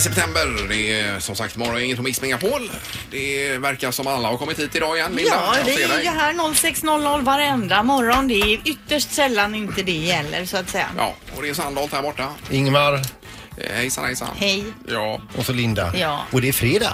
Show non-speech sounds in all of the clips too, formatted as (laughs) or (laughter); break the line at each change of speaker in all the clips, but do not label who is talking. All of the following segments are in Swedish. september. Det är som sagt morgon, inget på Mix Megapol. Det verkar som alla har kommit hit idag igen. Linda,
Ja,
Jag
vi
ser
är
dig.
ju här 06.00 varenda morgon. Det är ytterst sällan inte det gäller så att säga.
Ja, och det är Sandholt här borta.
Ingmar
Eh, Hejsan hejsan.
Hej.
Ja,
och så Linda.
Ja.
Och det är fredag.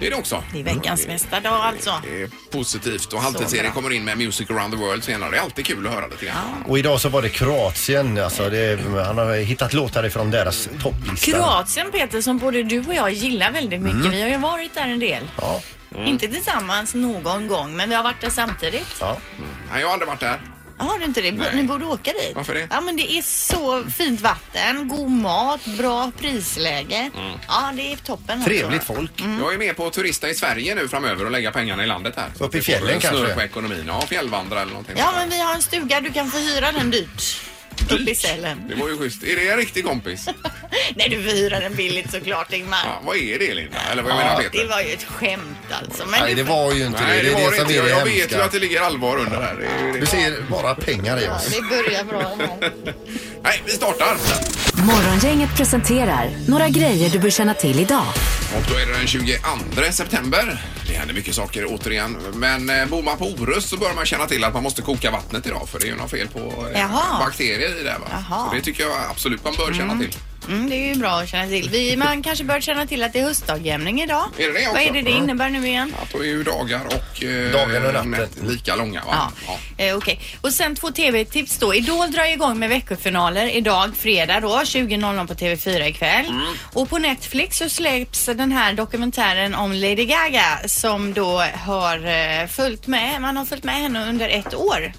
det är det också.
Det är veckans mästardag alltså.
Mm. Det är positivt och halvtids-Erik
bra.
kommer in med Music around the world senare. Det är alltid kul att höra lite grann.
Och idag så var det Kroatien. Alltså det, han har hittat låtar ifrån deras topplista.
Kroatien Peter, som både du och jag gillar väldigt mycket.
Mm.
Vi har ju varit där en del.
Ja,
Inte tillsammans någon gång, men vi har varit där samtidigt.
ja.
Nej, jag har aldrig varit där.
Har du inte det?
Nej.
Ni borde åka dit.
Varför det?
Ja, men det är så fint vatten, god mat, bra prisläge.
Mm.
Ja, det är toppen. alltså.
Trevligt folk.
Jag är med på att turista i Sverige nu framöver och lägga pengarna i landet här. Så
Upp i
att vi får
fjällen
snurr
kanske.
på ekonomin. Ja, fjällvandra eller någonting.
Ja, men vi har en stuga. Du kan få hyra den dyrt. Uppe i Sälen.
Det var ju schysst. Är det en riktig kompis?
(laughs) Nej, du får hyra den billigt såklart, Ingmar.
Ja, vad är det Linda? Eller vad menar
Det
Peter?
var ju ett skämt alltså. Men
Nej,
du-
det var ju inte
Nej,
det.
det
är
var det
som
inte.
är
Jag
det
jag vet ju
hemska.
att det ligger allvar under här. Det är ju
Du
det.
ser bara pengar i
Ja,
oss.
det börjar bra. ändå.
Nej, vi startar!
Morgongänget presenterar några grejer du bör känna till idag.
Och då är det den 22 september. Det händer mycket saker återigen. Men eh, bor man på Orust så bör man känna till att man måste koka vattnet idag för det är ju något fel på eh,
Jaha.
bakterier i det. här, Va?
Jaha.
Så det tycker jag absolut man bör känna till.
Mm, det är ju bra att känna till. Vi, man kanske bör känna till att det är höstdagjämning idag.
Är det det också?
Vad är det det
Mm.
innebär nu igen?
Att då är ju dagar och eh,
Dagen och natten.
nätt lika långa. Va?
Ja,
Ja.
Eh, okej. Och sen två TV-tips då. Idol drar igång med veckofinaler idag, fredag då, 20.00 på TV4 ikväll.
Mm.
Och på Netflix så släpps den här dokumentären om Lady Gaga som då har eh, följt med, man har följt med henne under ett år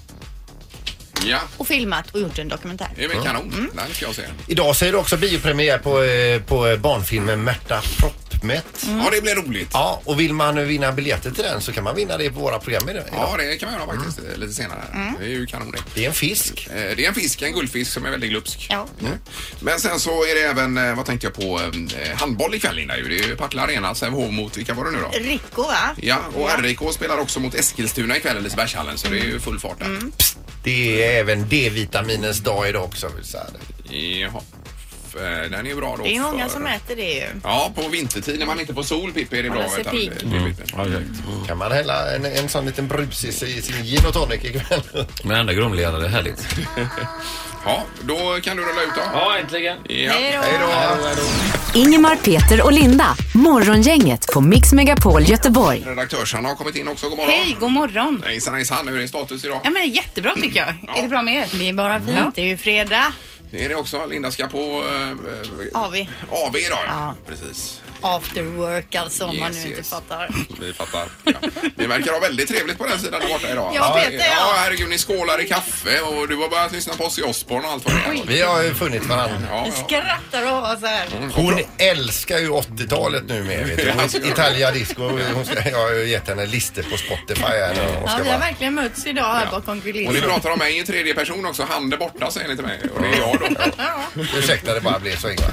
ja,
och filmat och gjort en dokumentär.
det är väl kanon.
Mm.
Den ska jag se.
Idag så är det också biopremiär på, eh, på barnfilmen Märta Proppmätt.
Ja, det blir roligt. Ja.
Ja, och vill man vinna biljetter till den så kan man vinna det på våra program idag.
det kan man göra faktiskt
Mm.
eh, lite senare. Det är ju kanon det.
Det är en fisk.
Eh, Det är en fisk, en guldfisk som är väldigt glupsk.
Ja.
Mm. Men sen så är det även, eh, vad tänkte jag på, eh, handboll ikväll Linda ju. Det är ju Partille Arena, Sävehof mot, vilka var det nu då?
Rico va?
Ja, och RIK spelar också mot Eskilstuna ikväll i Lisebergshallen så det är ju full fart där.
Mm.
Det är även D-vitaminens dag idag också. vill säga det.
Jaha. F- eh, Den är ju bra då.
Det är många
för-
som äter det ju.
Ja, på vintertid när man inte får sol Pippi är det bra.
Hålla sig
utan
pigg.
det- det är lite-
Mm.
Kan man hälla en, en sån liten brus i sig- i sin gin och tonic ikväll?
Men ändå grumligare, det är härligt.
Ja, då kan du rulla ut då.
Ja, äntligen.
Ja.
Hej då.
Ingemar, Peter och Linda. Morgongänget på Mix Megapol Göteborg.
Redaktörsarna har kommit in också, god morgon.
Hej, god morgon.
Hejsan hejsan, hur är status idag?
Ja, men jättebra tycker jag. Är det bra med er?
Det är bara fint. Det är ju fredag.
Det är det också, Linda ska på eh, eh,
AV.
AV idag. Ja.
Ja.
Precis.
After work alltså om man
Yes,
nu inte
yes.
fattar.
Vi fattar. Ja. Ni verkar ha väldigt trevligt på den sidan där borta idag.
Ja, Peter, ja.
ja herregud, ni skålar i kaffe och du har börjat lyssna på oss i Osborn och allt vad det är.
Vi har ju funnit varandra.
Ja,
Vi
ja.
skrattar och har så här.
Hon älskar ju 80-talet nu med. Vet du. Hon- Italia Disco. Hon ska, jag har ju gett henne listor på Spotify. Här nu. Hon
Ja,
ska
vi har
bara,
verkligen mötts idag här bakom
Och ni
kulisserna.
pratar om mig i tredje person också. Han där borta säger ni till mig. Och det är jag då.
ursäkta, det bara blev så Ingvar.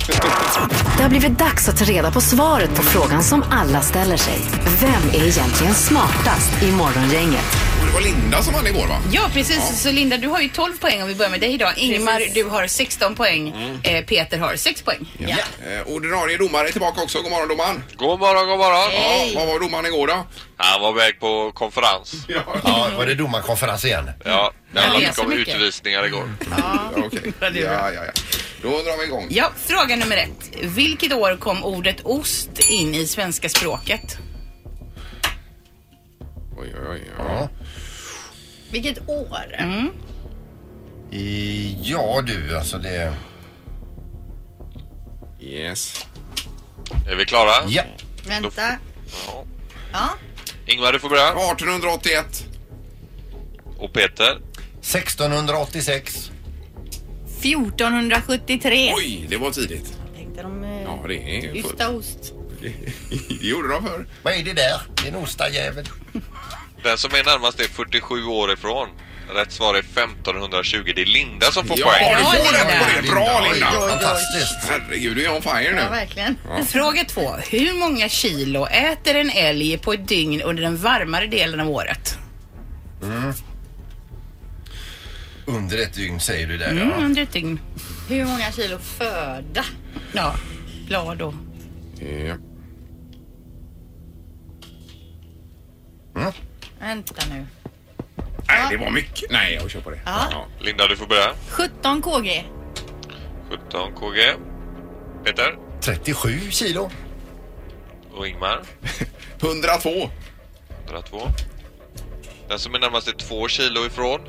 Det har blivit dags att ta reda på svaret på frågan som alla ställer sig. Vem är egentligen smartast i Morgongänget?
Och det var Linda som vann igår va?
Ja, precis. Så Linda, du har ju 12 poäng om vi börjar med dig idag. Ingmar, du har 16 poäng. Eh, Peter har 6 poäng.
Mm. Ja. Eh, ordinarie domare är tillbaka också. God morgon domaren.
God morgon, god morgon.
Ja, vad var domaren igår då?
Han var väg på konferens.
Ja,
Ja, var det domarkonferens igen?
Ja, det handlade
läser
mycket om
mycket.
utvisningar igår.
okej. (laughs) Ja, ja, ja. Då drar vi igång.
Ja, fråga nummer ett. Vilket år kom ordet ost in i svenska språket?
Oj, oj, oj. Ja.
Ja.
Vilket år?
I, ja du, alltså det...
Yes.
Är vi klara?
Ja.
Vänta.
Ja.
Ja.
Ingmar, du får börja.
1881.
Och Peter.
1686.
1473.
Oj, det var tidigt.
Tänkte de eh,
Ja, det är ju fullt.
ysta ost.
Det gjorde de förr.
Vad är det där? Det är en ostajävel.
Den som är närmast är 47 år ifrån. Rätt svar är 1520. Det är Linda som får
Ja,
poäng.
du får
Linda.
rätt på det. Bra Linda!
Fantastiskt.
Herregud, du är on fire
Ja,
nu.
verkligen. (laughs)
Fråga två. Hur många kilo äter en älg på ett dygn under den varmare delen av året?
Under ett dygn säger du där
Mm,
ja.
under ett dygn.
Hur många kilo föda?
Ja, blad och
Ja.
Vänta nu.
Nej, det var mycket. Nej, jag kör på det.
Ja.
Ja.
Linda, du får börja.
17 kg.
17 KG. Peter
37 kilo.
och Ingmar.
102.
102. Den som är närmast är 2 kilo ifrån.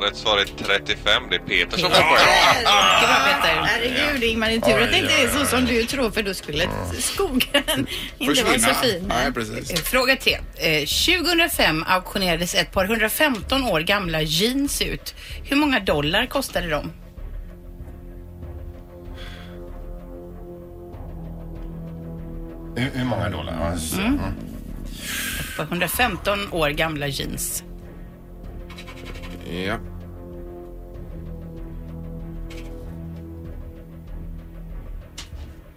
Rätt svar är 35. Det är Peter som får poäng.
Det var Peter. Herregud Ingmar, det är tur att det inte är så som du tror för då skulle skogen (laughs) inte vara så
Försvinna.
fin.
Nej, precis.
Fråga 3. Eh, 2005 auktionerades ett par 115 år gamla jeans ut. Hur många dollar kostade de?
Hur, hur många dollar? Ja, så- Mm.
Ett par 115 år gamla jeans.
Eh,
Ja.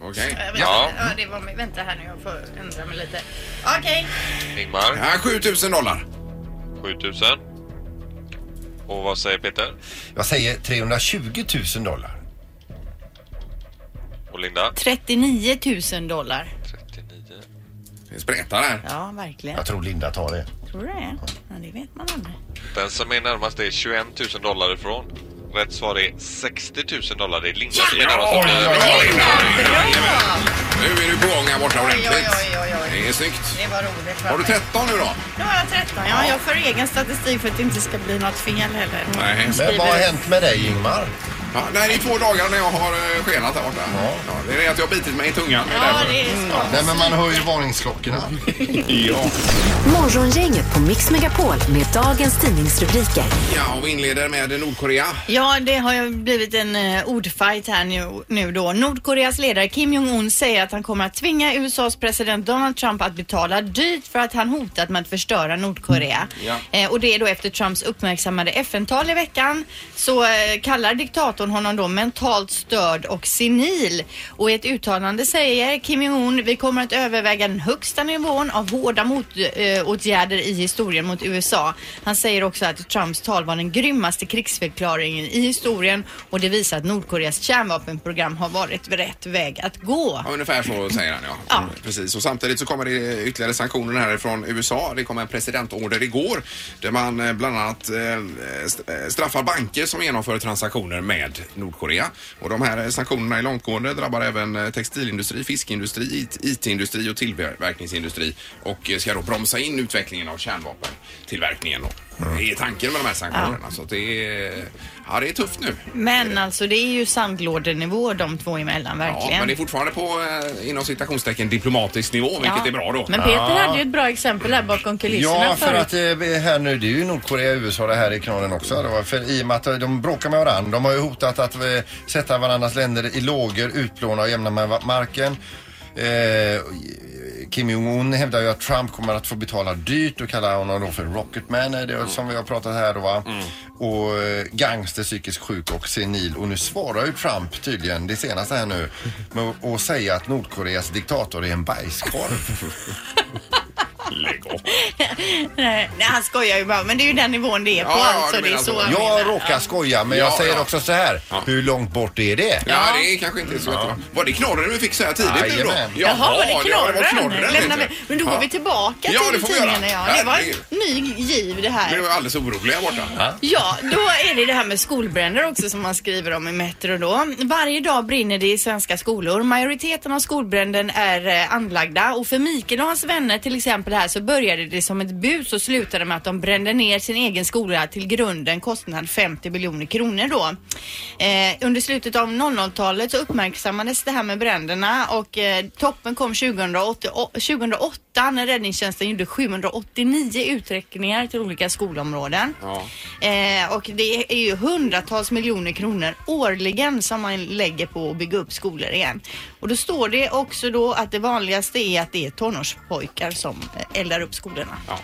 Okej.
Ja.
Ja, det var, vänta här nu, jag får ändra mig lite. Okej,
Ingmar
Ja, 7000 dollar.
7000. Och vad säger Peter?
Jag säger 320 000 dollar.
Och Linda?
39 000 dollar.
39.
Det spretar här.
Ja, verkligen.
Jag tror Linda tar det.
Tror du det? Ja, det vet man aldrig.
Den som är närmast är 21 000 dollar ifrån. Rätt svar är 60 000 dollar. Det är Linda som är närmast.
Oj, oj, oj.
Nu är du på gång här borta ordentligt.
Oj, oj, oj, oj.
Det är snyggt.
Det var roligt.
Har du 13 nu då?
Nu har jag 13. Ja, jag för egen statistik för att det inte ska bli något fel heller.
Nej.
Men vad har
Skriver-
hänt med dig Ingmar?
Ja, nej, det är två dagar när jag har eh, skenat här borta. Ja. det är det att jag har bitit mig i tungan. Det är
Ja,
därför.
det är smart.
Nej men man hör ju varningsklockorna.
ja.
Morgongänget på Mix Megapol med dagens tidningsrubriker.
ja, och vi inleder med Nordkorea.
Ja, det har ju blivit en eh, ordfight här nu, nu då. Nordkoreas ledare Kim Jong-Un säger att han kommer att tvinga USAs president Donald Trump att betala dyrt för att han hotat med att förstöra Nordkorea.
Ja.
Eh, och det är då efter Trumps uppmärksammade FN-tal i veckan så eh, kallar diktatorn honom då mentalt störd och senil. Och i ett uttalande säger Kim Jong-Un vi kommer att överväga den högsta nivån av hårda motåtgärder i historien mot USA. Han säger också att Trumps tal var den grymmaste krigsförklaringen i historien och det visar att Nordkoreas kärnvapenprogram har varit rätt väg att gå.
Ja, ungefär så säger han ja.
Ja.
Precis. Och samtidigt så kommer det ytterligare sanktioner härifrån USA. Det kom en presidentorder igår där man eh, bland annat eh, st- eh, straffar banker som genomför transaktioner med Nordkorea. Och de här eh, sanktionerna är långtgående, drabbar även eh, textilindustri, fiskindustri, it- IT-industri och tillverkningsindustri och eh, ska då bromsa in utvecklingen av kärnvapentillverkningen. då. Det är tanken med de här sanktionerna. Så att det, är, ja, det är tufft nu.
Men alltså det är ju sandlådenivå de två emellan verkligen.
Ja, men det är fortfarande på eh, inom citationstecken diplomatisk nivå, vilket
Ja.
är bra då.
Men Peter hade ju ett bra exempel här bakom kulisserna
Ja, för
förut.
att eh, här nu, det är ju Nordkorea och USA det här i knallen också. Det var för I och med att eh, de bråkar med varandra. De har ju hotat att eh, sätta varandras länder i lågor, utplåna och jämna med va- marken. Eh, Kim Jong-Un hävdar ju att Trump kommer att få betala dyrt och kallar honom då för Rocketman eh, det, är som vi har pratat här då va. Och eh, gangster, psykisk sjuk och senil. Och nu svarar ju Trump tydligen det senaste här nu med att- att säga att Nordkoreas diktator är en bajskorv.
Lägg av.
Nej, nej, han skojar ju bara. Men det är ju den nivån det är på.
Ja, ja,
alltså,
du
det är
menar
så
så.
han menar.
Jag råkar skoja men jag
Ja,
säger
ja.
också så här.
Ja.
Hur långt bort är det?
Ja, det är kanske inte så jättebra. Var det knorren vi fick så här tidigt nu då?
Jajamän.
Jaha, var det
ja, var
knorren?
knorren,
Lämnar
vet
vi,
du.
men då går
Ja.
vi tillbaka
Ja, det
till
får vi göra.
tidningarna. Ja. Det var en
Herregud.
ny giv det
Vi
här.
var alldeles oroliga borta.
Ja, då är det det här med skolbränder också som man skriver om i Metro då. Varje dag brinner det i svenska skolor. Majoriteten av skolbränden är eh, anlagda och för Mikael och hans vänner till exempel här så började det som ett bus och slutade med att de brände ner sin egen skola till grunden kostnad 50 miljoner kronor då. Eh, under slutet av 00-talet så uppmärksammades det här med bränderna och eh, toppen kom 2008, å- 2008 när räddningstjänsten gjorde 789 uträckningar till olika skolområden.
Ja.
Eh, och det är ju hundratals miljoner kronor årligen som man lägger på att bygga upp skolor igen. Och då står det också då att det vanligaste är att det är tonårspojkar som eh, eldar upp skolorna.
Ja.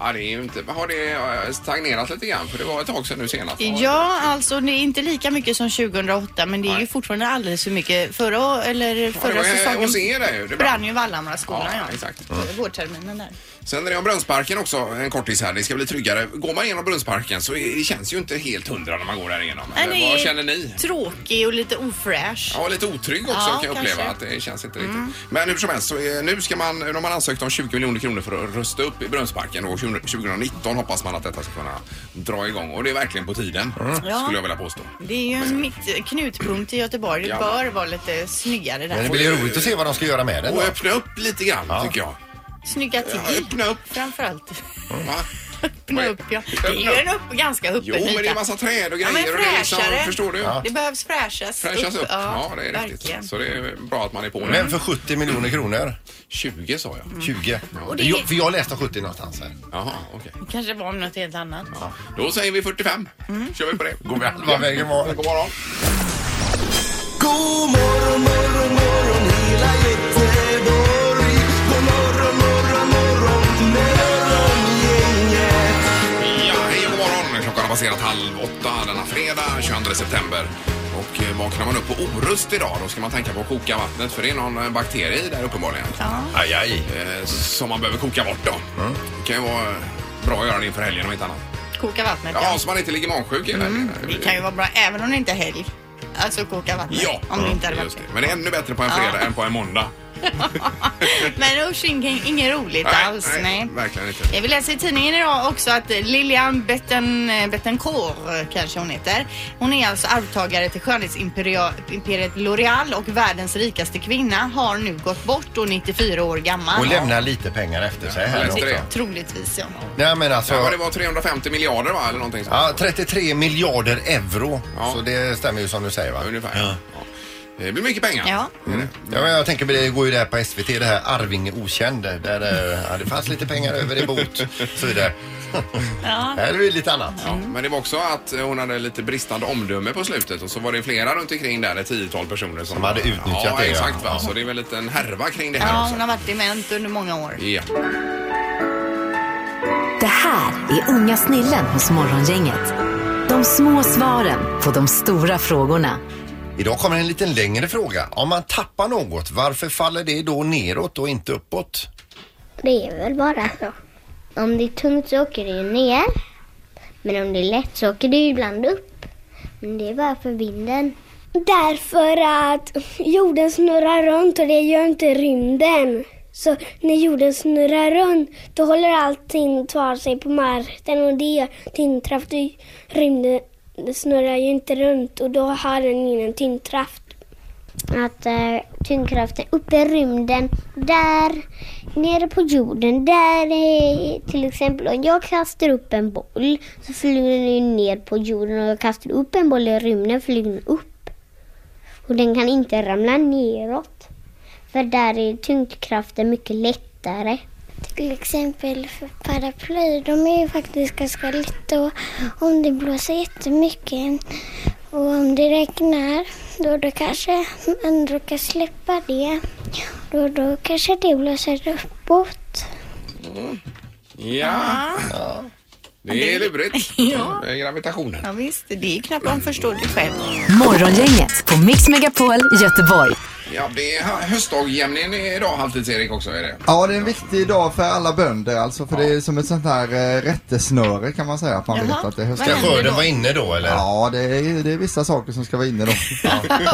Ja, det är ju inte... Har det eh, stagnerat lite grann? För det var ett tag sedan nu senast.
Ja, alltså det är inte lika mycket som 2008 men det är
Nej.
ju fortfarande alldeles för mycket. Förra, eller
Ja, det
förra
var ju hos
säsongen
er där ju. Det
brann ju Vallhamraskolan.
Ja,
Ja,
exakt.
Vårterminen där.
Sen är det om Brunnsparken också, en kortis här. Det ska bli tryggare. Går man igenom Brunnsparken så är- det känns ju inte helt hundra när man går där igenom.
Nej,
Eller
det är
Vad känner ni?
Tråkig och lite ofräsch.
Ja, lite otrygg också
Ja,
kan jag
kanske.
uppleva. Att det känns inte riktigt. Men hur som helst, så är, nu ska man, de har man ansökt om 20 miljoner kronor för att rusta upp i Brunnsparken och 20- 2019 hoppas man att detta ska kunna dra igång. Och det är verkligen på tiden, skulle jag vilja påstå.
Det är ju en mitt, knutpunkt i Göteborg. Det
Ja.
bör vara lite snyggare
Men det
där.
blir ju roligt att se vad de ska göra med den.
Och
då.
öppna upp lite grann,
Ja.
tycker jag.
Snygga till
Ja, öppna upp.
framförallt.
Va?
Öppna upp, ja. Det är ju
Öppna
en upp, ganska öppen
Jo, men det är
yta.
en massa träd och
Ja,
grejer.
men
och det är liksom,
fräschare.
förstår du?
Det behövs fräschas
Fräschas upp. Ja, det är riktigt.
verkligen.
Så det är bra att man är på det.
Men Mm. för 70 miljoner kronor?
20 sa jag.
20.
det-
Jo, För jag läste 70 någonstans här.
Jaha, okej.
kanske var om något helt annat.
Då säger vi 45. kör vi på det. Går vi alla
Vad vägen var.
God morgon.
God morgon, morgon, morgon hela Göteborg. God morgon, morgon, morgon, morgongänget.
Ja, hej och god morgon. Klockan har passerat halv åtta denna fredag 22 september. Och eh, vaknar man upp på Orust idag då ska man tänka på att koka vattnet för det är någon eh, bakterie i där uppenbarligen.
Aj, aj.
Eh, Som man behöver koka bort då. Det kan ju vara eh, bra att göra det inför helgen om inte annat.
Koka vattnet, ja. Mm,
Ja, så man inte ligger magsjuk i helgen.
Det kan ju vara bra även om det inte är helg. Alltså koka vattnet.
Ja,
Om det inte hade varit
just det. Men det är ännu bättre på en fredag än på en måndag.
det. Men usch, ingen- inget roligt alls. Nej.
Verkligen inte.
Jag vill läsa i tidningen idag också att Lilian Betten, eh, Bettencourt kanske hon heter. Hon är alltså arvtagare till skönhetsimperiet L'Oreal och världens rikaste kvinna har nu gått bort och 94 år gammal.
Och lämna lite pengar efter sig
Ja,
här
läste
också.
det.
Troligtvis ja.
Nej men alltså.
Ja, men det var 350 miljarder va? Eller någonting sånt.
Ja, 33 miljarder euro.
Ja.
Så det stämmer ju som du säger va?
Ungefär. Ja. Det blir mycket pengar.
Ja.
Mm.
Ja, men jag tänker på det, det går ju det här på SVT, det här Arvinge okänd. Där eh, ja, det fanns lite pengar över i bot och så
(laughs)
vidare. Här är det lite annat.
Ja, men det var också att eh, hon hade lite bristande omdöme på slutet och så var det flera runt omkring där, ett tiotal personer som,
Som hade utnyttjat
ja,
det, ja.
Exakt, va? Så det är väl lite en härva kring det här
Ja,
också.
hon har varit dement under många år.
Ja.
Det här är unga snillen hos Morgongänget. De små svaren på de stora frågorna.
Idag kommer en liten längre fråga. Om man tappar något, varför faller det då neråt och inte uppåt?
Det är väl bara så. Om det är tungt så åker det ju ner. Men om det är lätt så åker det ju ibland upp. Men det är bara för vinden. Därför att jorden snurrar runt och det gör inte rymden. Så när jorden snurrar runt då håller allting kvar sig på marken och det gör tyngdkraft. Och Rymden snurrar ju inte runt och då har den ingen tyngdkraft att eh, tyngdkraften uppe i rymden, där nere på jorden, där är till exempel om jag kastar upp en boll så flyger den ju ner på jorden och jag kastar upp en boll i rymden flyger den upp. Och den kan inte ramla neråt. För där är tyngdkraften mycket lättare. Till exempel för paraply, de är ju faktiskt ganska lätta och om det blåser jättemycket och om det regnar då, då kanske man råkar släppa det. Då, då kanske det blåser uppåt.
Ja. Det är lurigt. ja. Gravitationen.
Ja, visst, det är ju knappt man förstår det själv.
(laughs)
Morgongänget på Mix Megapol Göteborg.
Ja, det är hö- höstdagjämningen idag, halvtids-Erik också är det.
Ja, det är en viktig dag för alla bönder alltså, för det är som ett sånt här eh, rättesnöre kan man säga att man vet att det är höst.
Ska
Vad händer
skörden
då?
vara inne då eller?
Ja, det är, det är vissa saker som ska vara inne då.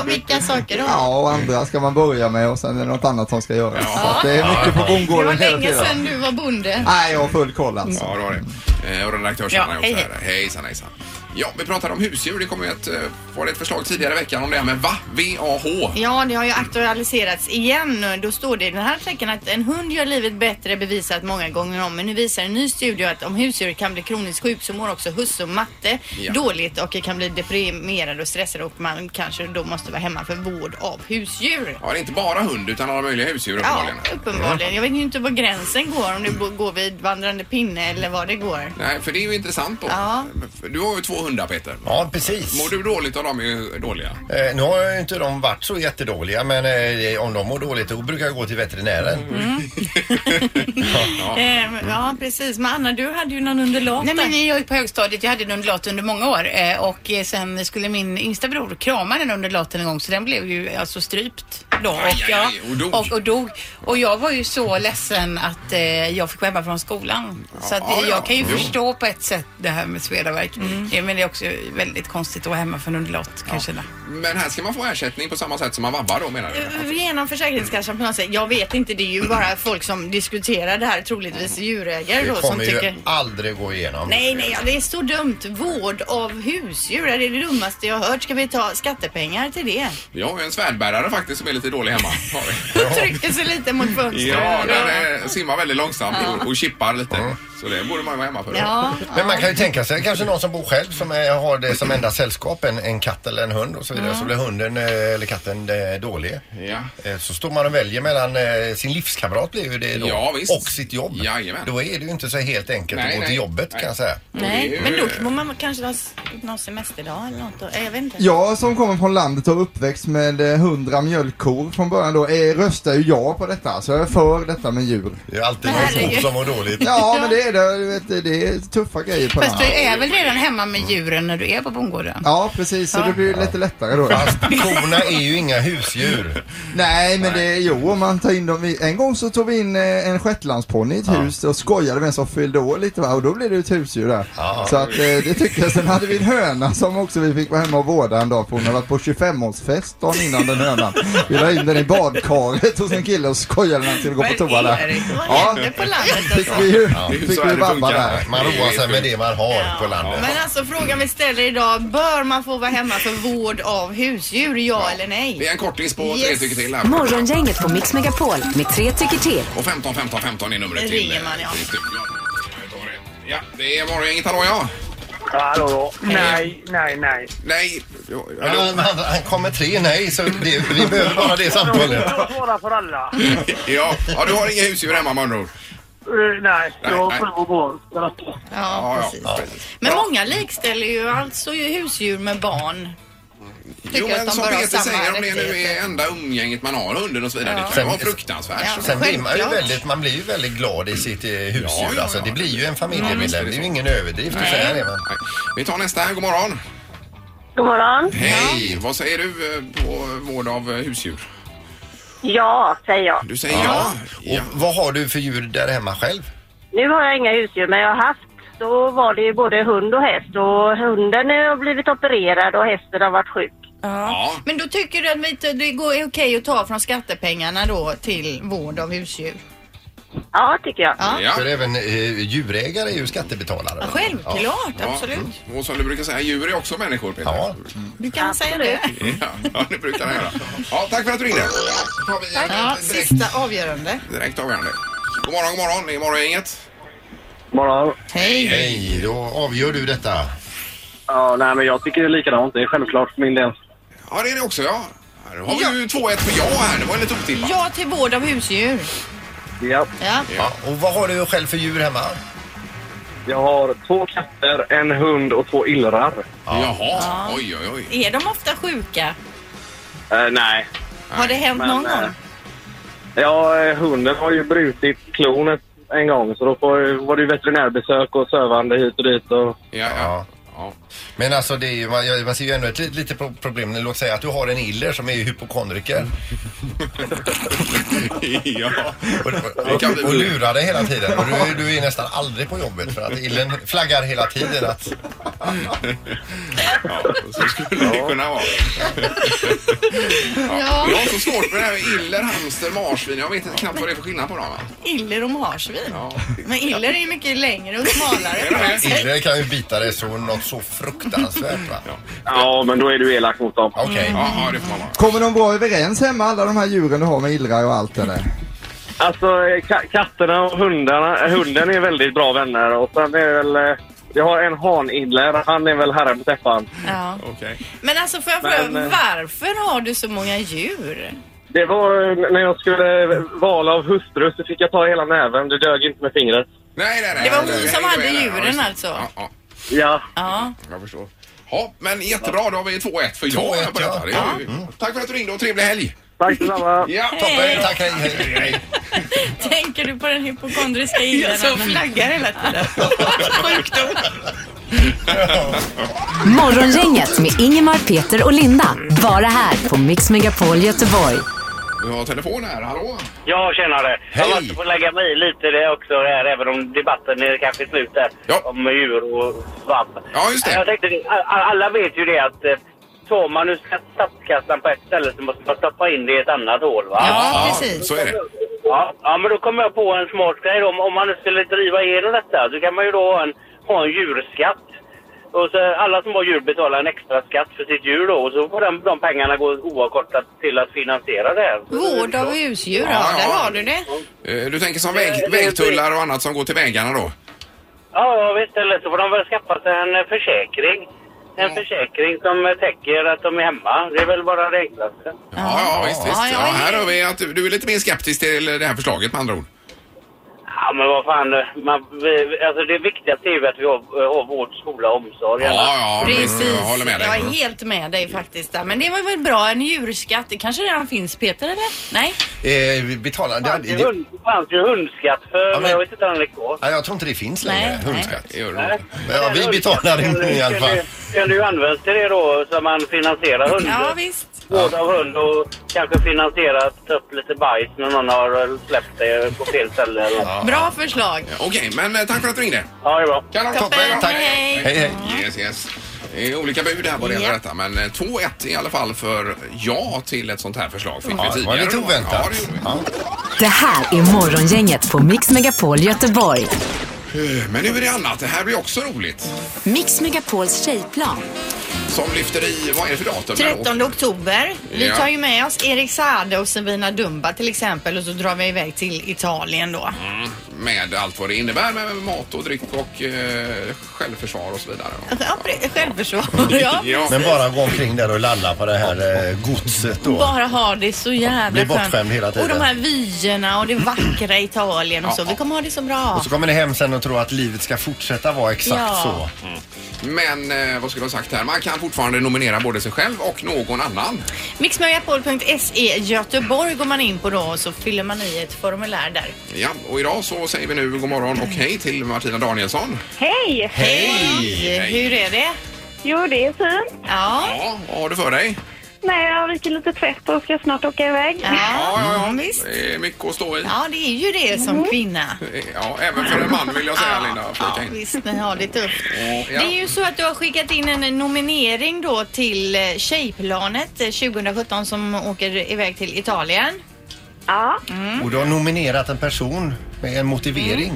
Och Vilka saker då?
Ja, och andra ska man börja med och sen är det något annat som ska göras. Så att det är mycket på
Det var
bondgården hela
länge
tiden.
sedan du var bonde.
Nej, jag har full koll alltså.
Ja, det var det. Eh, Och redaktörsarna
Ja,
är också
hej,
här. Hejsan, hejsan. Ja, vi pratade om husdjur. Det kom ju ett, eh, var det ett förslag tidigare i veckan om det här med VA, V-A-H.
Ja, det har ju aktualiserats igen. Då står det i den här artikeln att en hund gör livet bättre bevisat många gånger om. Men nu visar en ny studie att om husdjur kan bli kroniskt sjuk så mår också husse och matte
Ja.
dåligt och kan bli deprimerad och stressad och man kanske då måste vara hemma för vård av husdjur.
Ja, det är inte bara hund utan alla möjliga husdjur
Ja,
uppenbarligen.
uppenbarligen. Jag vet ju inte var gränsen går, om det bo- går vid vandrande pinne eller var det går.
Nej, för det är ju intressant då.
Ja.
Du har ju två hundar Peter.
Ja, precis.
Mår du dåligt av de är dåliga?
Eh, nu har ju inte de varit så jättedåliga men eh, om de mår dåligt då brukar jag gå till veterinären.
Mm.
Ja.
Eh, ja, precis. Men Anna, du hade ju någon undulat
Nej
där.
men jag gick på högstadiet, jag hade en undulat under många år eh, och eh, sen skulle min yngsta bror krama den undulaten en gång så den blev ju alltså strypt då och,
Aj, aj,
jag,
aj, och dog.
Och, och dog. Och jag var ju så ledsen att eh, jag fick vara hemma från skolan. Så att, eh,
Ja, ja.
jag kan ju
Jo.
förstå på ett sätt det här med Svedavärk.
Mm.
Eh, Men det är också väldigt konstigt att vara hemma för en undulat kan jag känna.
Men här ska man få ersättning på samma sätt som man vabbar då menar du?
Eh, Genom Försäkringskassan på något sätt. Jag vet inte, det är ju bara folk som diskuterar det här, troligtvis djurägare
Det
då Mm. som
kommer ju
tycker...
aldrig gå igenom.
Nej, nej, ja, det är så dumt. Vård av husdjur, det är det dummaste jag har hört. Ska vi ta skattepengar till det?
Jag har ju en svärdbärare faktiskt som är lite dålig hemma. Har
(laughs)
vi.
Trycker sig lite mot fönstret.
Ja, den eh, simmar väldigt långsamt och, och chippar lite. Så det borde man ju vara hemma för.
Ja,
Men man kan ju tänka sig kanske någon som bor själv som eh, har det som enda sällskap, en, en katt eller en hund och så vidare. Så blir hunden eh, eller katten eh, dålig.
Ja.
Eh, Så står man och väljer mellan eh, sin livskamrat blir ju det då,
Ja, visst.
och sitt jobb.
Jajamän.
Då är det ju inte så helt enkelt
Nej,
att gå
nej.
till jobbet
Nej.
kan jag säga.
nej. Men då kan man kanske ha s- någon semesterdag eller något. då. Eh, Jag vet inte.
Jag som kommer från landet och uppväxt med eh, 100 mjölkkor från början då, eh, röstar ju ja på detta. Så jag är för detta med djur.
Det är alltid någon som mår dåligt.
(laughs)
Ja, men det är det. Du vet, det är tuffa grejer på
Fast
landet.
du är väl redan hemma med djuren när du är på bondgården?
Ja, precis. Så det blir ju lite lättare då.
Fast korna är ju inga husdjur.
Nej, men det, jo, om man tar in dem i, En gång så tog vi in eh, en shetlandsponny i ett hus och skojade med en som fyllde år lite va, och då blev det ett husdjur där. Så att eh, det tycker jag. Sen hade vi en höna som också vi fick vara hemma och vårda en dag för hon hade varit på 25-årsfest dagen innan den hönan. Vi la in den i badkaret hos en kille och skojade när han skulle gå på toa där.
Vad
Ja.
händer på landet
(laughs) Fick
alltså?
vi ju,
Det är ju så
fick
här
vi
det
vabba
funkar.
där.
Man roar sig med det man har på landet.
Men alltså frågan vi ställer idag, bör man få vara hemma för vård av husdjur? Ja eller
Det
nej?
är en kortis på tre
Yes.
tycker till här.
Morgongänget på Mix Megapol med tre tycker till.
Och 15 15 15 är numret till. eh,
Ringer man, ja.
till studion. Jag tar det. Ja, det är morgongänget. Hallå ja.
Hallå? Nej, nej, nej.
Nej. jo,
Men
Hallå.
han, han, han kommer tre nej, så det, vi behöver bara det samtalet.
Jag svarar för alla.
Ja, ja, du har inga husdjur hemma med andra ord.
Eh, nej, jag har
Nej, nej.
fru och barn.
Ja,
Ja, ja,
precis. Men många likställer ju alltså ju husdjur med barn. Tycker
Jo,
att
men
de
som
bara har
Peter
samma
säger, om det nu är
rättigheter.
enda umgänget man har hunden och så vidare, det kan ju
Sen-
vara fruktansvärt.
Ja.
Sen blir man, ju
Självklart.
väldigt, man blir ju väldigt glad i sitt eh, husdjur.
Ja, ja,
Alltså,
ja.
det blir ju en familjemedlem.
Ja,
det är ju ingen överdrift att säga det. Men.
Nej. Vi tar nästa här, god morgon.
God morgon.
Hej! Vad säger du eh, på vård av eh, husdjur?
Ja, säger jag.
Du säger ja. ja.
Och vad har du för djur där hemma själv?
Nu har jag inga husdjur, men jag har haft. Då var det ju både hund och häst. Och hunden har blivit opererad och hästen har varit sjuk.
Ja.
Men då tycker du att vi inte- det går- är okej att ta från skattepengarna då till vård av husdjur?
Ja, tycker jag.
Ja.
Ja.
För även eh, djurägare är ju skattebetalare.
Ja, självklart,
Ja.
absolut.
Och som du brukar säga, djur är också människor, Peter.
Ja.
Du kan säga det.
Ja, ja, det brukar jag göra. Ja, tack för att du ringde. Då tar vi
Ja,
eh, direkt,
sista avgörande.
direkt avgörande. God morgon, god morgon. Det är morgongänget.
morgon.
Hej.
Hej, då avgör du detta.
Ja, nej, men jag tycker det är likadant. Det är självklart för min del.
Ja, det är det också, ja. Här har vi ju 2-1 för ja här. Det var lite otippat.
Ja till vård av husdjur.
Ja.
Ja.
Ja. Och vad har du själv för djur hemma?
Jag har två katter, en hund och två illrar.
Jaha. Oj, oj, oj.
Är de ofta sjuka?
Eh, nej,
Har det hänt
men...
någon
eh,
gång?
ja, eh, hunden har ju brutit klonet en gång. Så då får, var det ju veterinärbesök och sövande hit och dit.
Ja,
Och,
ja.
Ja.
ja.
Men alltså det är ju, man, jag- man ser ju ändå ett lit- lite pro- problem. Låt säga att du har en iller som är hypokondriker
ja.
och,
Det kan
och,
bli
och
problem.
lurar dig hela tiden. Och du, du är nästan aldrig på jobbet för att illen flaggar hela tiden att
(laughs) Ja, så skulle det kunna vara. Ja. Jag har så svårt med det här med iller, hamster, marsvin. Jag vet inte knappt vad det är för skillnad på dem. va?
Iller och marsvin.
Ja.
Men iller är ju mycket längre och smalare. på något sätt.
iller kan ju bita dig så något så fruktansvärt va?
ja, men då är du elak mot dem.
Okej.
Ja, ja, det får man vara.
Kommer de bra överens hemma alla de här djuren du har med illrar och allt eller?
Alltså, eh, ka- katterna och hundarna. eh, Hunden är väldigt bra vänner. Och sen är väl... eh, Jag har en haniller. Han är väl herren på täppan.
Ja.
Okej.
Men alltså får jag fråga,
Men, eh,
varför har du så många djur?
Det var eh, när jag skulle vala av hustru så fick jag ta hela näven. Det dög inte med fingret.
Nej, nej, nej.
Det var
Nej,
hon som
nej,
hade
nej, nej.
djuren
Ja, just det.
alltså.
Ja, ja.
Ja.
Ja.
Jag förstår. Ja, men jättebra. Då har vi 2-1 för idag.
2-1,
på detta.
ja.
Det är ju- Tack för att du ringde och trevlig helg.
Tack detsamma.
Mm. Ja,
Hej.
toppen. Tack,
hej, hej.
hej.
Tänker du på den hypokondriska illen?
som
flaggar hela
(laughs)
tiden.
Morgongänget med Ingemar, Peter och Linda. Bara här på Mix Megapol Göteborg.
Vi har telefon här. Hallå?
Ja, tjenare. Jag
Hej.
måste få lägga mig i lite i det också här, även om debatten är kanske slut där. Om djur och svamp.
Ja, just
det. Jag tänkte, det, a- a- alla vet ju det att eh, tar man ur skatt- statskassan på ett ställe så måste man stoppa in det i ett annat hål, va?
Ja, precis. så är det.
Ja, ja, men då kommer jag på en smart grej då. Om- Om man nu skulle driva igenom detta, då kan man ju då ha en, ha en djurskatt. Och så alla som har djur betalar en extra skatt för sitt djur då. Och så får de, de pengarna gå oavkortat till att finansiera det här.
Vård av husdjur, ja,
Ja, ja.
där har du det.
Eh, Du tänker som väg, vägtullar och annat som går till vägarna då?
Ja, ja, visst. Eller så får de väl skaffa sig en eh, försäkring. En försäkring som eh, täcker att de är hemma. Det är väl bara det enklaste.
Ja, ja visst, visst.
Ja,
Ja, här hör vi att du- du är lite mer skeptisk till det här förslaget med andra ord.
Ja, men vad fan. eh, Man, vi- vi- alltså det viktigaste är ju att vi har, eh, har vård, skola och omsorg.
Ja,
eller?
ja,
Precis, jag är
Mm.
helt med dig faktiskt där. Men det var väl bra, en djurskatt. Det kanske redan finns Peter, eller? Nej?
Eh, vi betalar... Det,
Det hund- det fanns ju hundskatt för, men jag vet inte om det går.
Nej, jag tror inte det finns längre. Hundskatt.
Nej.
Men ja, vi betalar in i alla fall.
Kan du använda till det då så man finansierar hund?
Ja, visst.
Vård av hund och kanske finansiera att ta upp lite bajs när någon har eh, släppt det på fel ställe. Eller något.
Bra förslag.
Okej, men eh, tack för att du ringde.
Ja, det är bra.
Kanon,
Toppen,
toppen. Tack.
hej.
Yes, yes. Det är olika bud här vad det gäller
Ja.
detta, men eh, 2-1 i alla fall för ja till ett sånt här förslag. Fick
Ja,
vi
det var
tidigare.
lite
då.
oväntat.
Ja, det gjorde vi.
Det här är Morgongänget på Mix Megapol Göteborg.
Eh, Men nu är det annat. Det här blir också roligt.
Mix Megapols tjejplan.
Som lyfter i, vad är det för datum?
13 oktober. Vi
Ja.
tar ju med oss Erik Saade och Sabina Dumba till exempel och så drar vi iväg till Italien då.
Mm, Med allt vad det innebär med mat och dryck och eh, självförsvar och så vidare.
Ja, pre-
(laughs)
självförsvar. Ja,
Men
precis.
bara gå omkring där och lalla på det här eh, godset då.
Bara ha det så jävla
Bli bortskämd hela tiden.
Och de här vyerna och det vackra Italien och så.
Ja.
Vi kommer ha det så bra.
Och så kommer ni hem sen och tror att livet ska fortsätta vara exakt
Ja.
så.
Men eh, vad skulle jag ha sagt här? Man kan fortfarande nominera både sig själv och någon annan.
Mixmegapol.se E, Göteborg går man in på då och så fyller man i ett formulär där.
Ja, och idag så säger vi nu god morgon och hej till Martina Danielsson.
Hej!
Hej!
Hur är det?
Jo, det är fint.
Ja, vad har du för dig?
Nej, jag viker lite tvätt och ska snart åka iväg.
Ja, ja, ja. Det är mycket att stå i.
Mm. Ja, det är ju det som kvinna.
Ja, även för en man vill jag säga Linda. flika in.
Visst, ni har det tufft.
Ja.
Det är ju så att du har skickat in en nominering då till eh, Tjejplanet eh, 2017 som åker iväg till Italien.
Ja.
Mm.
Och du har nominerat en person med en motivering.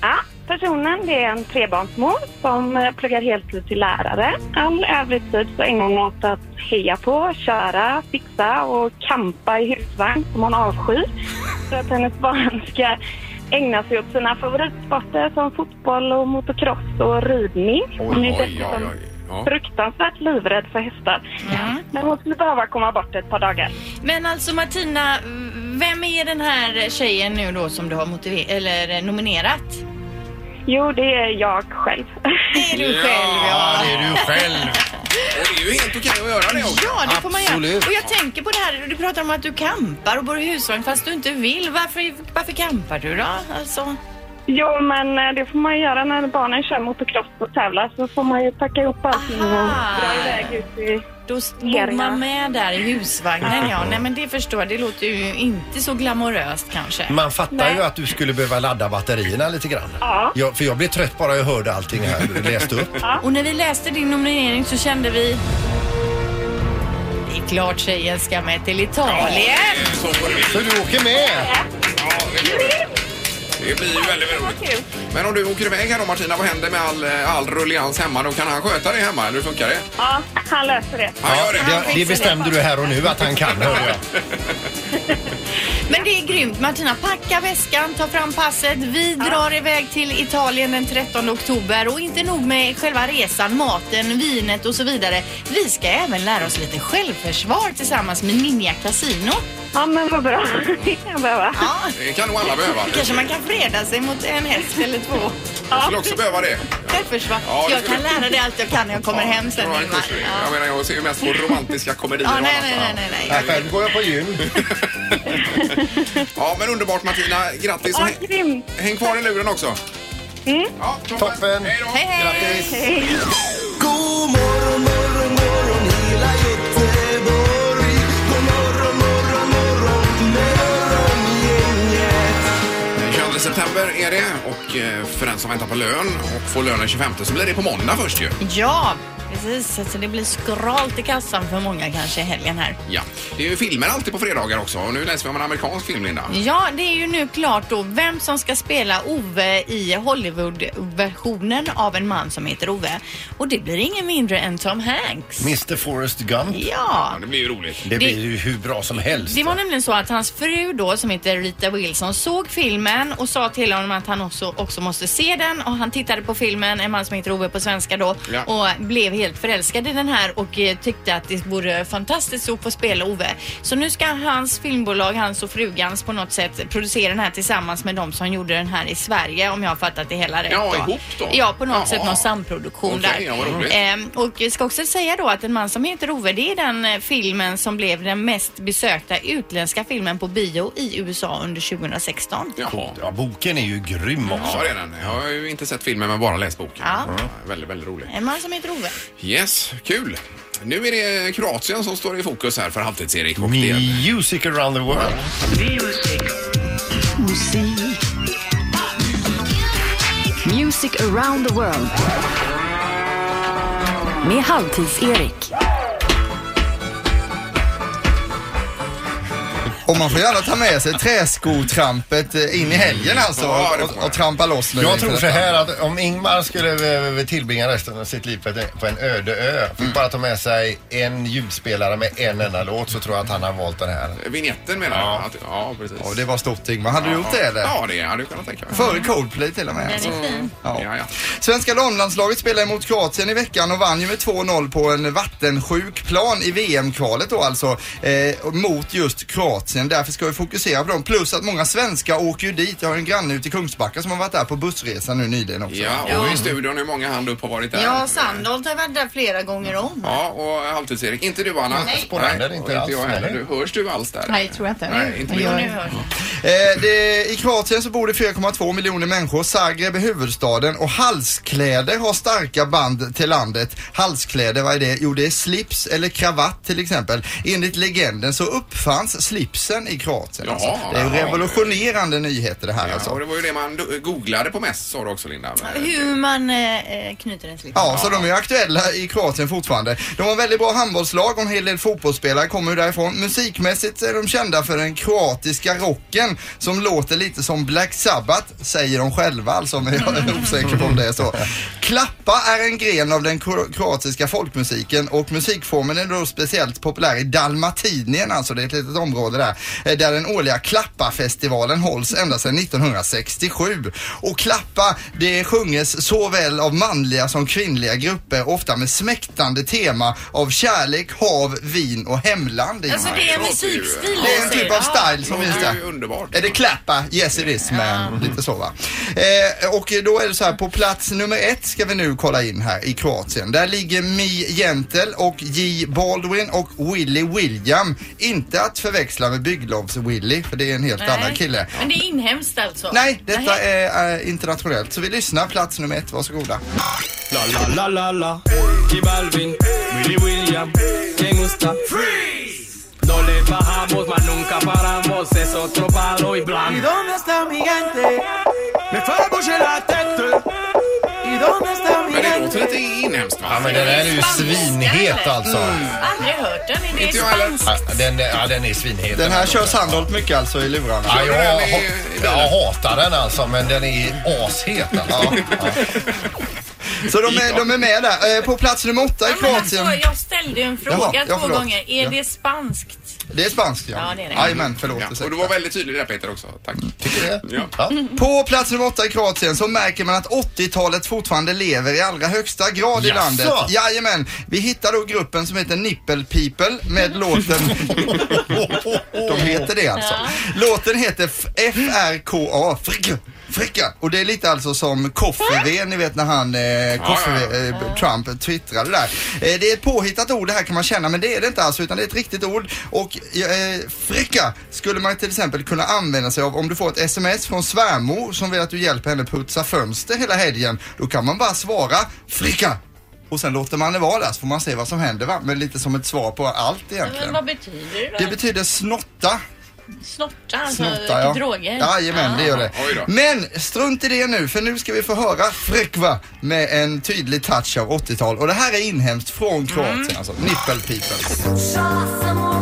ja. Personen det är en trebarnsmor som eh, pluggar heltid till lärare. All övrig tid så ägnar hon åt att heja på, köra, fixa och kampa i husvagn som hon avskyr. För att hennes barn ska ägna sig åt sina favoritsporter som fotboll och motocross och ridning. Hon är dessutom fruktansvärt livrädd för hästar. Men hon skulle behöva komma bort ett par dagar.
Men alltså Martina, v- vem är den här tjejen nu då som du har motiver- eller eh, nominerat?
Jo, det är jag själv.
Det är du själv ja.
det är du själv.
Och det är ju helt okej att göra det också.
Ja, det får man göra.
Absolut.
Och jag tänker på det här, du pratar om att du kampar och bor i husvagn fast du inte vill. Varför, varför kampar du då? Alltså,
Jo, men eh, det får man ju göra när barnen kör motocross och tävlar. Så får man ju packa ihop allting och dra iväg ut i...
då bor man med där i husvagnen ja. Nej men det förstår jag, det låter ju inte så glamoröst kanske.
Man fattar ju att du skulle behöva ladda batterierna lite grann.
Ja.
Jag, för jag blev trött bara jag hörde allting här du läste upp.
Och när vi läste din nominering så kände vi... Det är klart tjejen ska med till Italien.
Så du åker med?
Det blir ju väldigt roligt. Men om du åker iväg här då Martina, vad händer med all, eh, all rullians hemma? Då kan han sköta det hemma, eller hur funkar det?
Ja, han löser det.
Han gör
det, det bestämde du här och nu att han kan, hörde jag.
Men det är grymt Martina. Packa väskan, ta fram passet. Vi drar iväg till Italien den 13 oktober. Och inte nog med själva resan, maten, vinet och så vidare. Vi ska även lära oss lite självförsvar tillsammans med Ninja Casino.
Ja, men vad bra. (laughs) Det kan jag behöva.
Det kan nog alla behöva.
Kanske man kan freda sig mot en häst eller två.
Jag skulle också behöva det.
självförsvar.
Ja, det
jag
skulle-
kan lära dig allt jag kan när jag kommer hem sen
Ja,
Ingmar.
Jag menar, jag ser ju mest på romantiska komedier.
Ja,
och
nej,
annat.
nej, nej, nej, nej.
Ja.
Själv går jag på gym.
(laughs) Ja, men underbart Martina. Grattis!
Ja,
Häng-
grymt.
Häng kvar i luren också.
Mm.
Ja, toppen. Hej då! Grattis!
God morgon, morgon, morgon hela Göteborg. God morgon, morgon, morgon, morgongänget.
Den 22 september är det och eh, för den som väntar på lön och får lönen 25 så blir det på måndag först ju.
Ja, precis. Så det blir skralt i kassan för många kanske i helgen här.
Ja, det är ju filmer alltid på fredagar också och nu läser vi om en amerikansk film, Linda.
Ja, det är ju nu klart då vem som ska spela Ove i Hollywood-versionen av en man som heter Ove. Och det blir ingen mindre än Tom Hanks.
Mr Forrest Gump.
Ja.
Det blir ju roligt.
Det blir ju hur bra som helst.
Det var nämligen så att hans fru då som heter Rita Wilson såg filmen och sa till honom att han också, också måste se den och han tittade på filmen, en man som heter Ove på svenska då
Ja.
och blev helt förälskad i den här och eh, tyckte att det vore fantastiskt att få spela Ove. Så nu ska hans filmbolag, hans och frugans på något sätt producera den här tillsammans med de som gjorde den här i Sverige om jag har fattat det hela rätt.
Ja, ihop då?
Ja, på något
Jaha.
sätt någon samproduktion
Okej,
där.
ja, vad roligt.
Eh, Ehm, Och jag ska också säga då att En man som heter Ove, det är den eh, filmen som blev den mest besökta utländska filmen på bio i USA under 2016.
Jaha.
Ja, boken är ju grym också.
Ja, det är den. Jag har ju inte sett filmen men bara läst boken.
Ja.
Väldigt, väldigt roligt.
En man som heter Ove.
Yes, kul. Nu är det Kroatien som står i fokus här för Halvtids-Erik. och det-
Music around the world.
Musik. Music around the world. Med Halvtids-Erik.
Och man får gärna ta med sig träskotrampet eh, in i helgen alltså
Ja, det får
och, och trampa loss nu.
Jag
inför
tror så
detta.
här att om Ingmar skulle eh, tillbringa resten av sitt liv på ett- på en öde ö, fick bara ta med sig en ljudspelare med en enda låt så tror jag att han har valt den här.
Vinjetten menar jag. Att- Ja, precis.
Och det var stort Ingmar. Hade du gjort det eller?
Ja, det hade jag kunnat tänka mig.
Före Coldplay till och med. alltså.
fin.
Ja.
Ja, ja.
Svenska damlandslaget spelade mot Kroatien i veckan och vann ju med 2-0 på en vattensjuk plan i VM-kvalet då alltså eh, mot just Kroatien. Därför ska vi fokusera på dem. Plus att många svenskar åker ju dit. Jag har ju en granne ute i Kungsbacka som har varit där på bussresa nu nyligen också.
Ja, och i studion hur många hand upp har varit där?
eh,
Ja, Sandholt har varit där flera gånger om.
Ja, och Halvtids-Erik. Inte du, Anna.
Nej.
Sporrander, inte, inte jag heller. Du, hörs du alls där?
Nej, tror jag inte.
Nej, inte
Jo,
jag.
nu hörs.
Eh, det, I Kroatien så bor det 4,2 miljoner människor. Zagreb är huvudstaden och halskläder har starka band till landet. Halskläder, vad är det? Jo, det är slips eller kravatt till exempel. Enligt legenden så uppfanns slipsen i Kroatien.
Jaha,
alltså. Det är ju
jaha.
revolutionerande nyheter det här
Ja,
alltså.
och det var ju det man do- googlade på mest, sa du också, Linda. Men-
Hur man eh, eh, knyter en slips.
Ja, så de är ju aktuella i Kroatien fortfarande. De har väldigt bra handbollslag och en hel del fotbollsspelare kommer ju därifrån. Musikmässigt är de kända för den kroatiska rocken som låter lite som Black Sabbath, säger de själva alltså, men jag är osäker på om det är så. Klappa är en gren av den kro- kroatiska folkmusiken och musikformen är då speciellt populär i Dalmatinien, alltså det är ett litet område där, eh, där den årliga Klappa-festivalen hålls ända sedan 1967. Och Klappa, det sjunges såväl av manliga som kvinnliga grupper, ofta med smäktande tema av kärlek, hav, vin och hemland. i
Alltså
de här.
det är en musikstil.
Det är en
alltså.
typ av
Ja.
style som finns där.
Underbart.
Är det klappa? Yes it is man. Lite så va. Eh, och då är det så här, på plats nummer ett ska vi nu kolla in här i Kroatien. Där ligger Mi Gentel och J Baldwin och Willy William. Inte att förväxla med Bygglovs-Willy, för det är en helt
Nej.
annan kille.
Men det är inhemskt alltså?
Nej, detta är eh, internationellt. Så vi lyssnar, plats nummer ett, varsågoda.
La la la la la J Balvin, Willy William, ¿quién gusta? Freeze! No le bajamos, mas nunca paramos, es otro palo y
¿Y
blanco.
dónde está mi gente? Me fue a pusher la tête. ¿Y dónde está mi
Men det
gente?
låter lite inhemskt, va?
Ja, men den här är ju
Spanska,
svinhet
eller?
alltså.
Aldrig hört den. Är det spanskt?
Ja, den, är- ja, den är svinhet.
Den här kör Sandholt mycket alltså i lurarna.
Ja, jag, ha- jag hatar den alltså, men den är ashet alltså.
Så de är, de är med där. Eh, på plats nummer åtta i
Men alltså,
Kroatien.
jag ställde ju en fråga
Jaha, ja,
två
förlåt.
gånger. Är
Ja.
det spanskt?
Det är spanskt ja.
Ja, det är det.
Jajamän, förlåt.
Ja, och
ursäkta.
du var väldigt tydlig där Peter också. Tack.
Tycker du det?
Ja.
På plats nummer åtta i Kroatien så märker man att 80-talet fortfarande lever i allra högsta grad i
Jaså?
landet. Jajamän. Vi hittar då gruppen som heter Nipple People med låten... De heter det alltså. Låten heter F- FRKA. Frick. Fricka! Och det är lite alltså som Koffeved, ni vet när han, eh, Koffeved, eh, Trump twittrade där. Eh, det är ett påhittat ord det här kan man känna, men det är det inte alls utan det är ett riktigt ord. Och eh, fricka skulle man till exempel kunna använda sig av om du får ett sms från svärmor som vill att du hjälper henne putsa fönster hela helgen. Då kan man bara svara fricka! Och sen låter man det vara där så får man se vad som händer va. Men lite som ett svar på allt
Men
egentligen.
vad betyder det?
Det betyder snotta.
Snorta, alltså
Snotta, ja.
droger?
Jajamän, det gör det.
Ja.
Men strunt i det nu, för nu ska vi få höra Frekva med en tydlig touch av 80-tal. Och det här är inhemskt från
Mm.
Kroatien, alltså Nipple People.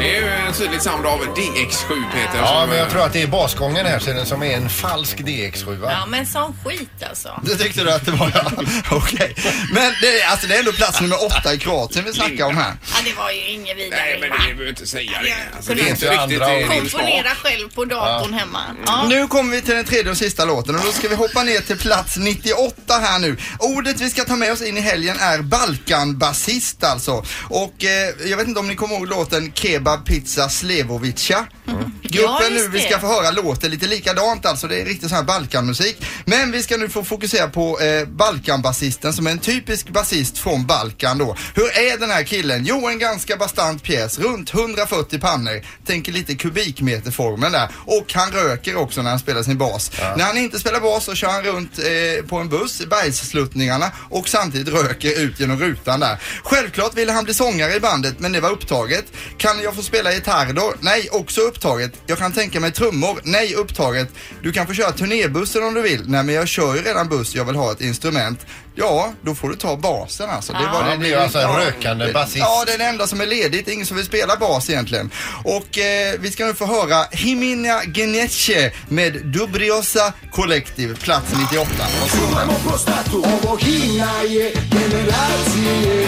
Det är ju en tydligt sound av DX7 Peter.
Ja,
som,
men jag
eh,
tror att det är basgången här sedan som är en falsk DX7 va?
Ja, men sån skit alltså.
Det tyckte du att det var ja. (laughs) Okej. Men det, är- alltså, det är ändå plats nummer åtta i Kroatien vi snackar om här.
Ja, det var ju inget vidare.
Nej, men det behöver vi inte säga det. Alltså, det är
Kunde
inte
jag-
riktigt
andra
i din
Komponera själv på datorn hemma.
Mm.
Ja.
Nu kommer vi till den tredje och sista låten och då ska vi hoppa ner till plats 98 här nu. Ordet vi ska ta med oss in i helgen är Balkanbasist alltså. Och eh, jag vet inte om ni kommer ihåg låten Kebab Pizza Slevovica?
Mm.
Gruppen
Ja, just
nu vi
det.
ska få höra låter lite likadant alltså. Det är riktigt så här Balkanmusik. Men vi ska nu få fokusera på eh, Balkanbasisten som är en typisk basist från Balkan då. Hur är den här killen? Jo, en ganska bastant pjäs. Runt 140 pannor. Tänker lite kubikmeterformen där. Och han röker också när han spelar sin bas. När han inte spelar bas så kör han runt eh, på en buss i bergssluttningarna och samtidigt röker ut genom rutan där. Självklart ville han bli sångare i bandet men det var upptaget. Kan jag få spela gitarr då? Nej, också upptaget. Jag kan tänka mig trummor? Nej, upptaget. Du kan få köra turnébussen om du vill? Nej, men jag kör ju redan buss. Jag vill ha ett instrument. Ja, då får du ta basen alltså.
Ja. Han blir ju alltså en rökande
det-
basist.
Ja, det är den enda som är ledigt. Ingen som vill spela bas egentligen. Och eh, vi ska nu få höra Himina Genetje med Dubriosa Collective, plats 98. Varsågoda.
prostatu Ovog himna je generacije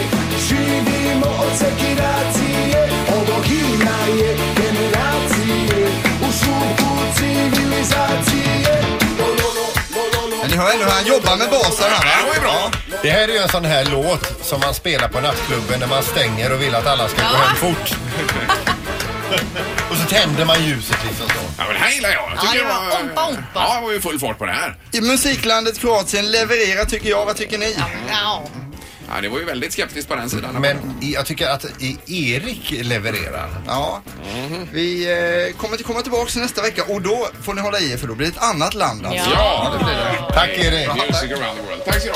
Živimo od sekiracije Ovog himna je generacije U šupu civilizacije Lololo, lololo
Men ni hör ändå hur han jobbar med basen här va?
Ja. Det här är ju en sån här låt som man spelar på nattklubben när man stänger och vill att alla ska gå
Ja.
hem fort. och så tänder man ljuset liksom så.
Ja, men det här gillar jag. Jag
Ja,
tycker
det
det
var ompa ompa.
Ja, det var ju full fart på det här.
I musiklandet Kroatien levererar tycker jag. Vad tycker ni?
Ja.
Ja, det var ju väldigt skeptiskt på den sidan.
Men jag tycker att i- Erik levererar.
Ja, vi eh, kommer att komma tillbaka nästa vecka och då får ni hålla i er för då blir det ett annat land alltså.
Ja.
det blir det.
Tack Erik.
Music around the world. Tack så du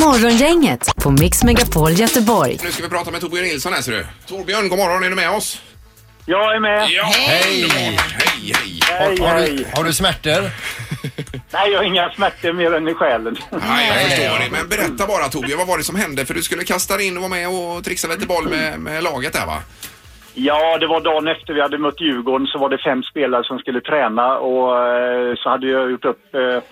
ha.
Morgongänget på Mix Megapol Göteborg.
Nu ska vi prata med Torbjörn Nilsson här ser du. Torbjörn, god morgon. Är du med oss?
Jag är med.
Ja,
Hej.
underbart. Hej, hej.
Hej,
Har, har,
hej.
du, har du smärtor?
Nej, jag har inga smärtor mer än i själen.
Nej, jag förstår det. Men berätta bara Torbjörn, vad var det som hände? För du skulle kasta dig in och vara med och trixa lite boll med, med laget där va?
Ja, det var dagen efter vi hade mött Djurgården så var det fem spelare som skulle träna och eh, så hade jag gjort upp eh,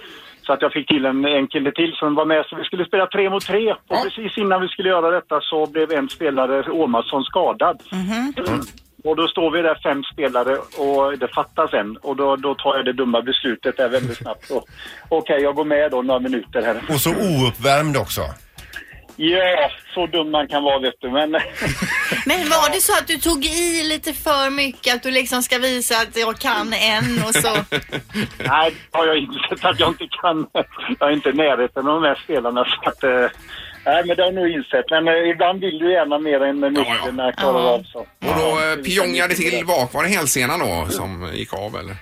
så att jag fick till en, en kille till som var med så vi skulle spela tre mot tre och precis innan vi skulle göra detta så blev en spelare, Åmarsson, skadad.
Mm-hmm.
Mm.
Och då står vi där fem spelare och det fattas en och då, då tar jag det dumma beslutet där väldigt snabbt. Och, Okej, jag går med då några minuter här.
Och så ouppvärmd också.
Ja, så dum man kan vara vet du. Men (laughs)
Men var det så att du tog i lite för mycket? Att du liksom ska visa att jag kan en och så...
Nej, det har jag insett att jag inte kan. Jag är inte i närheten av de här spelarna. Så att, eh, nej, men det har jag nog insett. Men eh, ibland vill du gärna mer än musklerna klarar av. Så.
Och då eh, pjongade till bak. Var det hälsenan då som gick av
Mm.
eller?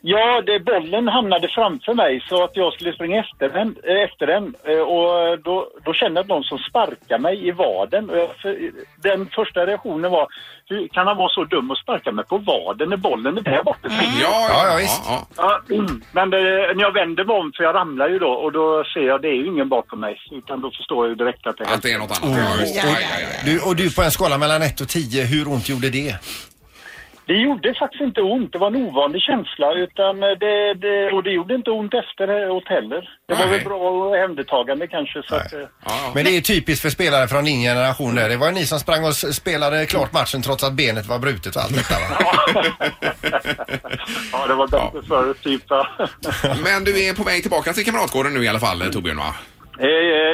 Ja, det, bollen hamnade framför mig så att jag skulle springa efter den. eh, Efter den eh, och då, då kände jag att någon som sparkade mig i vaden. Och jag, för, den första reaktionen var, hur kan han vara så dum och sparka mig på vaden när bollen är där borta?
Ja,
ja, ja, visst.
Ja, (clears throat) men det, när jag vänder mig om, för jag ramlar ju då, och då ser jag det är ju ingen bakom mig. Utan då förstår jag ju direkt att det,
att det är något
Oh,
annat.
Och, du, och du på en skala mellan 1 och 10, hur ont gjorde det?
Det gjorde faktiskt inte ont. Det var en ovanlig känsla. Utan eh, det, det, och det gjorde inte ont efteråt heller. Det var väl bra och händertagande kanske. Så att, eh, (laughs)
Men det är typiskt för spelare från din generation där. Det var ni som sprang och s- spelade klart matchen trots att benet var brutet och allt detta va?
(laughs) ja, det var bättre förr typ. va?
(laughs) Men du är på väg tillbaka till Kamratgården nu i alla fall, Torbjörn va?
(laughs) Eh, eh,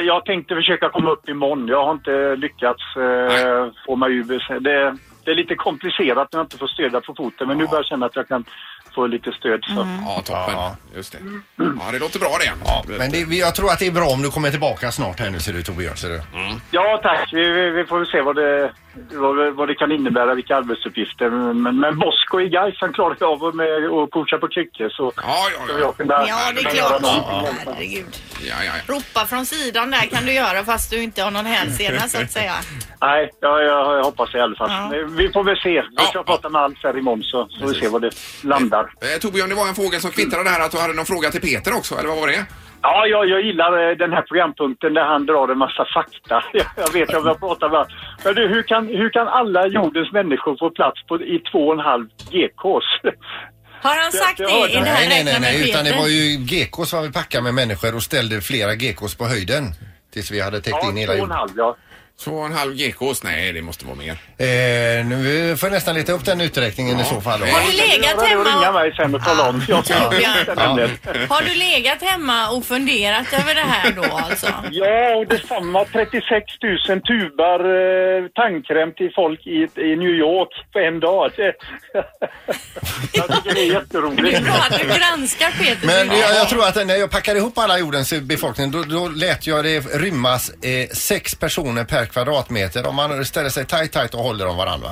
Jag tänkte försöka komma upp imorgon. Jag har inte lyckats eh, få mig ur. Det, det är lite komplicerat när jag inte får stöda på foten. Men nu börjar jag känna att jag kan få lite stöd. Så.
Ja, toppen. Just det. Ja, det låter bra det.
Ja, men det, vi- jag tror att det är bra om du kommer tillbaka snart här nu ser du Torbjörn. Ser du.
Ja, tack. Vi, vi, vi får väl se vad det, vad, det- vad det kan innebära, vilka arbetsuppgifter. Men, men Bosko i Gais, han klarade av att med att pusha på kryckor. Så
ja, ja,
ja. Jag kunna,
Ja, det är
kunna
klart.
göra någonting.
Herregud.
Ja, ja, ja.
Ropa från sidan där kan du göra fast du inte har någon hälsena så att säga.
Nej, jag, jag, jag hoppas det i alla fall.
Ja.
Vi får väl se. Vi ska prata med Alf här imorgon så får vi se vad det landar.
Eh, Torbjörn, det var en fråga som kvittrade här att du hade någon fråga till Peter också, eller vad var det?
Ja, jag, jag gillar eh, den här programpunkten där han drar en massa fakta. (laughs) Jag, jag vet, jag vill prata med honom. Men du, hur kan, hur kan alla jordens människor få plats på, i två och en halv GKs?
Har han sagt det? Är
hörde
det
Nej,
här
nej, nej,
räknat med
nej, utan det
Peter?
var ju gekos som vi packade med människor och ställde flera gekos på höjden. Tills vi hade täckt in hela jorden.
halv, ja.
Två och en halv gekos? Nej, det måste vara mer.
Eh, nu får jag nästan leta upp den uträkningen i så fall. då.
Har du legat hemma och...
mig sen och kolla om. Jag
Ja. Ja.
Har du legat hemma och funderat över det här då alltså?
Ja, och detsamma. 36 000 tubar eh, tandkräm till folk i, i New York på en dag. (laughs) Det, jag tycker det är
Det är
jätteroligt.
bra att du granskar Peter.
Men jag, jag tror att när jag packade ihop alla jordens befolkning då, då lät jag det rymmas eh, sex personer per kvadratmeter om man ställer sig tajt tajt och håller om varandra.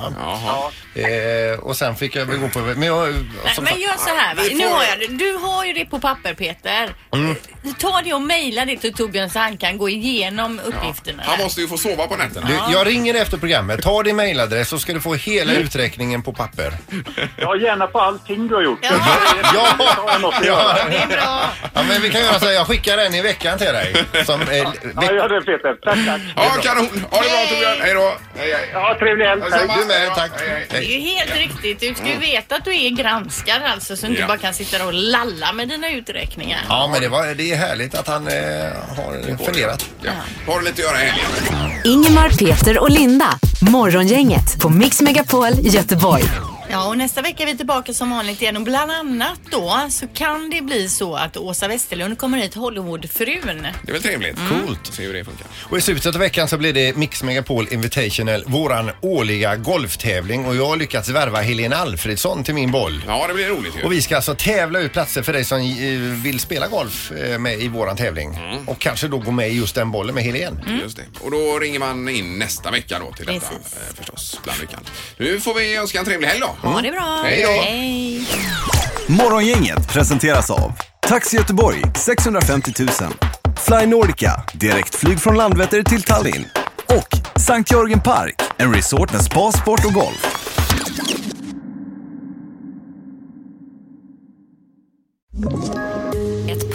Eh, och sen fick jag väl gå på... Men jag,
Nej,
som
men
sagt-
gör så här. Va? Nu har jag det. Du har ju det på papper Peter.
Mm.
Ta det och mejla det till Torbjörn så han kan gå igenom uppgifterna.
Han måste ju få sova på nätterna.
Du, jag ringer efter programmet. Ta din mailadress så ska du få hela
Mm.
uträkningen på papper.
Ja, gärna på allting du har gjort. Ja,
Ja. Ja, men vi kan göra så här. Jag skickar en i veckan till dig. Som, eh,
ja gör det Peter. Tack, tack.
Ja, kanon. Ha det bra Torbjörn. Hej då. Hej, hej.
Ja, trevlig helg.
Detsamma.
Du med, tack.
Det är ju helt riktigt. Du ska ju veta att du är granskare alltså så du inte
Mm. Ja.
bara kan sitta där och lalla med dina uträkningar.
Ja, men det, var, det är härligt att han eh, har funderat.
Ja. Har du lite att göra i helgen?
Ingemar, Peter och Linda. Morgongänget på Mix Megapol Göteborg.
Ja, och nästa vecka är vi tillbaka som vanligt igen och bland annat då så kan det bli så att Åsa Westerlund kommer hit, Hollywoodfrun.
Det är väl trevligt? Coolt. Se hur det funkar.
Och i slutet av veckan så blir det Mix Megapol Invitational, våran årliga golftävling och jag har lyckats värva Helena Alfredsson till min boll.
Ja, det blir roligt ju.
Och vi ska alltså tävla ut platser för dig som eh, vill spela golf eh, med i våran tävling.
Mm.
Och kanske då gå med i just den bollen med Helen.
Just det. Och då ringer man in nästa vecka då till detta eh, förstås. Bland veckan. Nu får vi önska en trevlig helg då.
Ha det bra!
Hej då.
Hej.
Morgongänget presenteras av Taxi Göteborg 650 000 Fly Nordica, direktflyg från Landvetter till Tallinn och Sankt Jörgen Park, en resort med spa, sport och golf.
Ett